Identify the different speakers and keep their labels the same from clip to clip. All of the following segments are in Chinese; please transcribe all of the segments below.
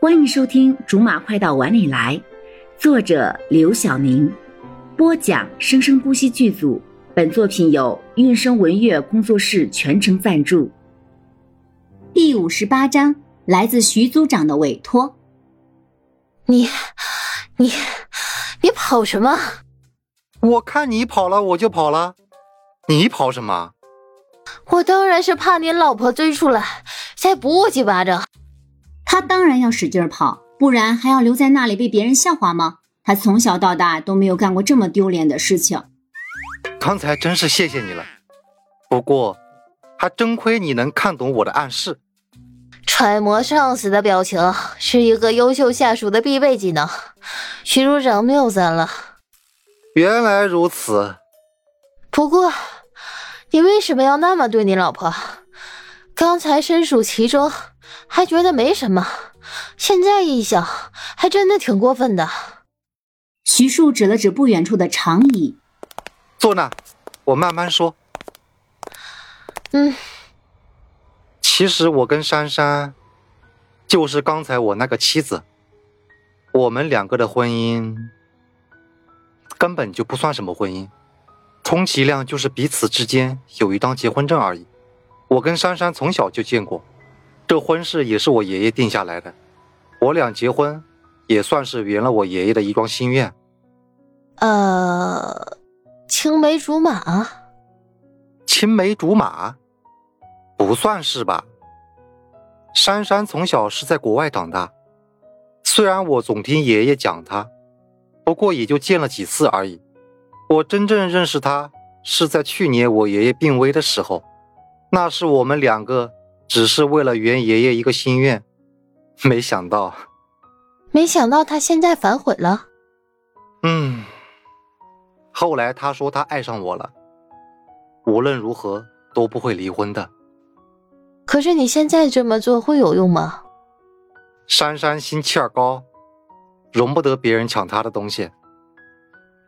Speaker 1: 欢迎收听《竹马快到碗里来》，作者刘晓宁，播讲生生不息剧组。本作品由韵声文乐工作室全程赞助。
Speaker 2: 第五十八章，来自徐组长的委托。
Speaker 3: 你，你，你跑什么？
Speaker 4: 我看你跑了，我就跑了。你跑什么？
Speaker 3: 我当然是怕你老婆追出来，再补我几巴掌。
Speaker 2: 他当然要使劲跑，不然还要留在那里被别人笑话吗？他从小到大都没有干过这么丢脸的事情。
Speaker 4: 刚才真是谢谢你了，不过还真亏你能看懂我的暗示。
Speaker 3: 揣摩上司的表情是一个优秀下属的必备技能。徐组长谬赞了。
Speaker 4: 原来如此。
Speaker 3: 不过，你为什么要那么对你老婆？刚才身处其中。还觉得没什么，现在一想，还真的挺过分的。
Speaker 2: 徐庶指了指不远处的长椅，
Speaker 4: 坐那，我慢慢说。
Speaker 3: 嗯，
Speaker 4: 其实我跟珊珊，就是刚才我那个妻子，我们两个的婚姻根本就不算什么婚姻，充其量就是彼此之间有一张结婚证而已。我跟珊珊从小就见过。这婚事也是我爷爷定下来的，我俩结婚，也算是圆了我爷爷的一桩心愿。
Speaker 3: 呃，青梅竹马，啊
Speaker 4: 青梅竹马，不算是吧？珊珊从小是在国外长大，虽然我总听爷爷讲她，不过也就见了几次而已。我真正认识她是在去年我爷爷病危的时候，那是我们两个。只是为了圆爷爷一个心愿，没想到，
Speaker 3: 没想到他现在反悔了。
Speaker 4: 嗯，后来他说他爱上我了，无论如何都不会离婚的。
Speaker 3: 可是你现在这么做会有用吗？
Speaker 4: 珊珊心气儿高，容不得别人抢她的东西。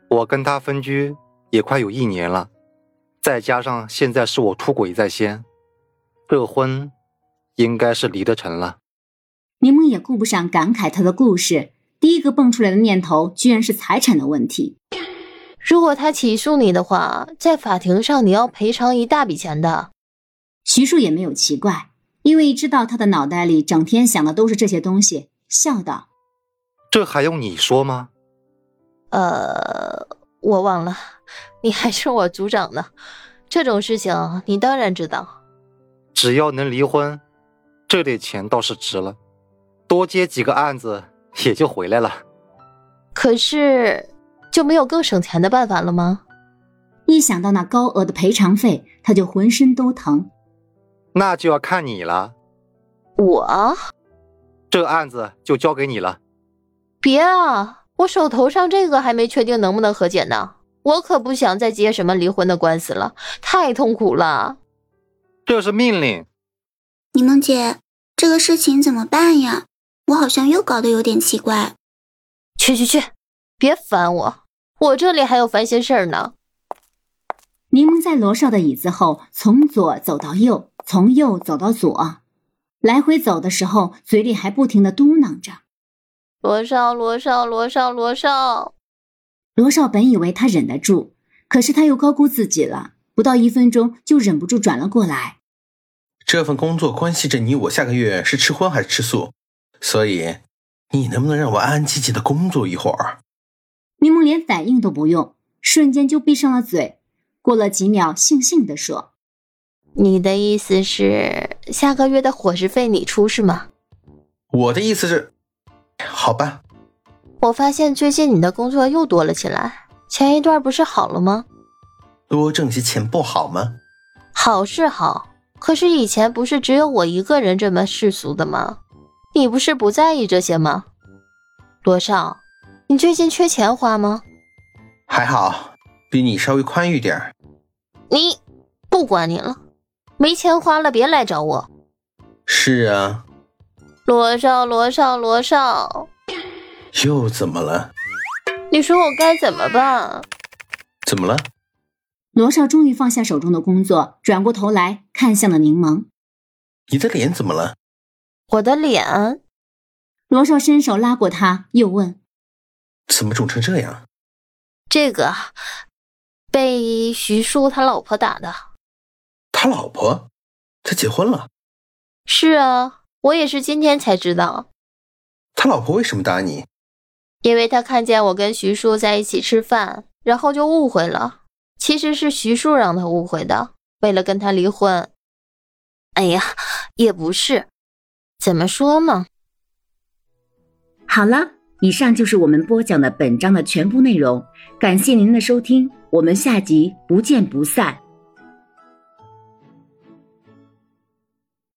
Speaker 4: 我跟她分居也快有一年了，再加上现在是我出轨在先。这婚应该是离得成了。
Speaker 2: 柠檬也顾不上感慨他的故事，第一个蹦出来的念头居然是财产的问题。
Speaker 3: 如果他起诉你的话，在法庭上你要赔偿一大笔钱的。
Speaker 2: 徐庶也没有奇怪，因为知道他的脑袋里整天想的都是这些东西，笑道：“
Speaker 4: 这还用你说吗？”
Speaker 3: 呃，我忘了，你还是我组长呢，这种事情你当然知道。
Speaker 4: 只要能离婚，这点钱倒是值了，多接几个案子也就回来了。
Speaker 3: 可是就没有更省钱的办法了吗？
Speaker 2: 一想到那高额的赔偿费，他就浑身都疼。
Speaker 4: 那就要看你了。
Speaker 3: 我，
Speaker 4: 这案子就交给你了。
Speaker 3: 别啊，我手头上这个还没确定能不能和解呢，我可不想再接什么离婚的官司了，太痛苦了。
Speaker 4: 这是命令，
Speaker 5: 柠檬姐，这个事情怎么办呀？我好像又搞得有点奇怪。
Speaker 3: 去去去，别烦我，我这里还有烦心事儿呢。
Speaker 2: 柠檬在罗少的椅子后，从左走到右，从右走到左，来回走的时候，嘴里还不停的嘟囔着：“
Speaker 3: 罗少，罗少，罗少，罗少。”
Speaker 2: 罗少本以为他忍得住，可是他又高估自己了。不到一分钟，就忍不住转了过来。
Speaker 6: 这份工作关系着你我下个月是吃荤还是吃素，所以你能不能让我安安静静的工作一会儿？
Speaker 2: 柠檬连反应都不用，瞬间就闭上了嘴。过了几秒，悻悻地说：“
Speaker 3: 你的意思是下个月的伙食费你出是吗？”
Speaker 6: 我的意思是，好吧。
Speaker 3: 我发现最近你的工作又多了起来，前一段不是好了吗？
Speaker 6: 多挣些钱不好吗？
Speaker 3: 好是好，可是以前不是只有我一个人这么世俗的吗？你不是不在意这些吗？罗少，你最近缺钱花吗？
Speaker 6: 还好，比你稍微宽裕点儿。
Speaker 3: 你不管你了，没钱花了别来找我。
Speaker 6: 是啊，
Speaker 3: 罗少，罗少，罗少，
Speaker 6: 又怎么了？
Speaker 3: 你说我该怎么办？
Speaker 6: 怎么了？
Speaker 2: 罗少终于放下手中的工作，转过头来看向了柠檬：“
Speaker 6: 你的脸怎么了？”
Speaker 3: 我的脸，
Speaker 7: 罗少伸手拉过他，又问
Speaker 6: 怎么肿成这样？
Speaker 3: 这个被徐叔他老婆打的。
Speaker 6: 他老婆，他结婚了。
Speaker 3: 是啊，我也是今天才知道，
Speaker 6: 他老婆为什么打你？
Speaker 3: 因为他看见我跟徐叔在一起吃饭，然后就误会了。其实是徐叔让他误会的，为了跟他离婚。哎呀，也不是，怎么说呢？
Speaker 2: 好了，以上就是我们播讲的本章的全部内容，感谢您的收听，我们下集不见不散。